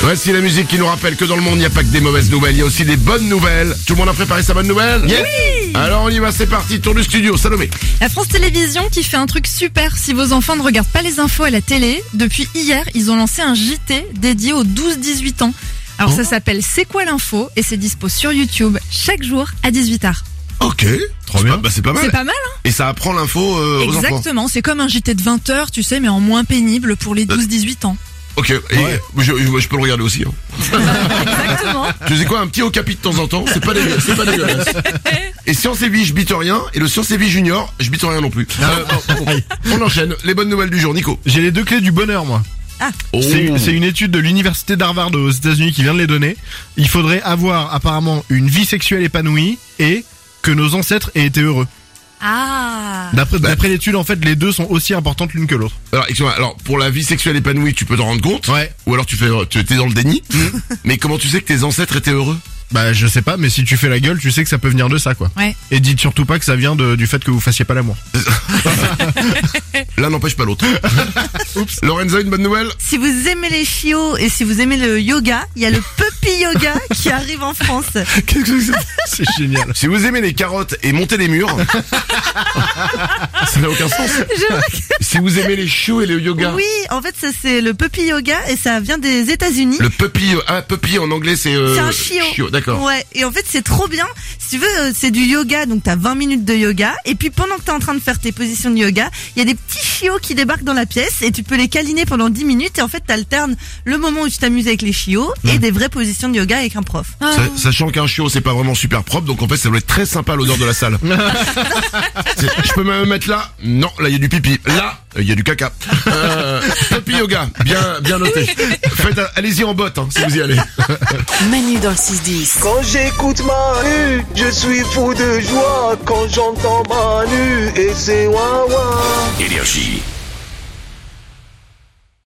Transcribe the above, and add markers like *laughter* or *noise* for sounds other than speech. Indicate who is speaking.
Speaker 1: Voici la musique qui nous rappelle que dans le monde, il n'y a pas que des mauvaises nouvelles, il y a aussi des bonnes nouvelles. Tout le monde a préparé sa bonne nouvelle
Speaker 2: Oui
Speaker 1: Alors on y va, c'est parti, tour du studio, Salomé.
Speaker 3: La France Télévisions qui fait un truc super si vos enfants ne regardent pas les infos à la télé. Depuis hier, ils ont lancé un JT dédié aux 12-18 ans. Alors ça s'appelle C'est quoi l'info et c'est dispo sur YouTube chaque jour à 18h.
Speaker 1: Ok, trop bien. Bah, c'est pas mal.
Speaker 3: C'est pas mal, hein
Speaker 1: Et ça apprend l'info euh, aux enfants.
Speaker 3: Exactement, c'est comme un JT de 20h, tu sais, mais en moins pénible pour les 12-18 ans.
Speaker 1: Ok, et je, je- je peux le regarder aussi. hein.
Speaker 3: Exactement.
Speaker 1: Tu sais quoi, un petit Okapi de temps en temps, c'est pas dégueu- c'est
Speaker 3: *laughs*
Speaker 1: pas dégueulasse. Et Science et Vie, je bite rien, et le Science et Vie Junior, je bite rien non plus. Euh, bon, bon, on enchaîne, les bonnes nouvelles du jour, Nico. Oh.
Speaker 2: J'ai les deux clés du bonheur, moi. C'est c'est une étude de l'université d'Harvard aux États-Unis qui vient de les donner. Il faudrait avoir apparemment une vie sexuelle épanouie et que nos ancêtres aient été heureux.
Speaker 3: Ah
Speaker 2: D'après d'après l'étude, en fait, les deux sont aussi importantes l'une que l'autre.
Speaker 1: Alors, excuse-moi, alors pour la vie sexuelle épanouie, tu peux t'en rendre compte
Speaker 2: Ouais.
Speaker 1: Ou alors tu fais, tu es dans le
Speaker 4: *laughs*
Speaker 1: déni Mais comment tu sais que tes ancêtres étaient heureux
Speaker 2: Bah, je sais pas, mais si tu fais la gueule, tu sais que ça peut venir de ça, quoi.
Speaker 3: Ouais.
Speaker 2: Et dites surtout pas que ça vient de- du fait que vous fassiez pas l'amour.
Speaker 1: L'un n'empêche pas
Speaker 4: *laughs*
Speaker 1: l'autre. Oups. Lorenzo, une bonne nouvelle
Speaker 4: Si vous aimez les chiots et si vous aimez le yoga, il y a le puppy yoga qui arrive en France.
Speaker 2: Qu'est-ce que c'est C'est génial.
Speaker 1: Si vous aimez les carottes et monter les
Speaker 4: *laughs*
Speaker 1: murs, ça n'a aucun sens. Si vous aimez les choux et le yoga,
Speaker 4: Oui, en fait, ça c'est le puppy yoga et ça vient des États-Unis.
Speaker 1: le puppy, ah puppy en anglais c'est euh,
Speaker 4: C'est un chiot.
Speaker 1: d'accord.
Speaker 4: Ouais, et en fait, c'est trop bien. Si tu veux, euh, c'est du yoga, donc t'as 20 minutes de yoga. Et puis pendant que t'es en train de faire tes positions de yoga, il y a des petits chiots qui débarquent dans la pièce et tu peux les câliner pendant 10 minutes. Et en fait, t'alternes le moment où tu t'amuses avec les chiots et des vraies positions de yoga avec un prof.
Speaker 1: Sa- Sachant qu'un chiot c'est pas vraiment super propre, donc en fait ça doit être très sympa l'odeur de la
Speaker 4: *laughs*
Speaker 1: salle. C'est- Je peux même mettre là Non, là il y a du pipi. Là, il y a du caca. Euh,
Speaker 4: *laughs*
Speaker 1: puppy yoga, bien bien noté. Faites, allez-y en botte hein, si vous y allez.
Speaker 5: Manu dans le 6-10.
Speaker 6: Quand j'écoute Manu, je suis fou de joie. Quand j'entends Manu et c'est ouin ouin.
Speaker 7: Énergie.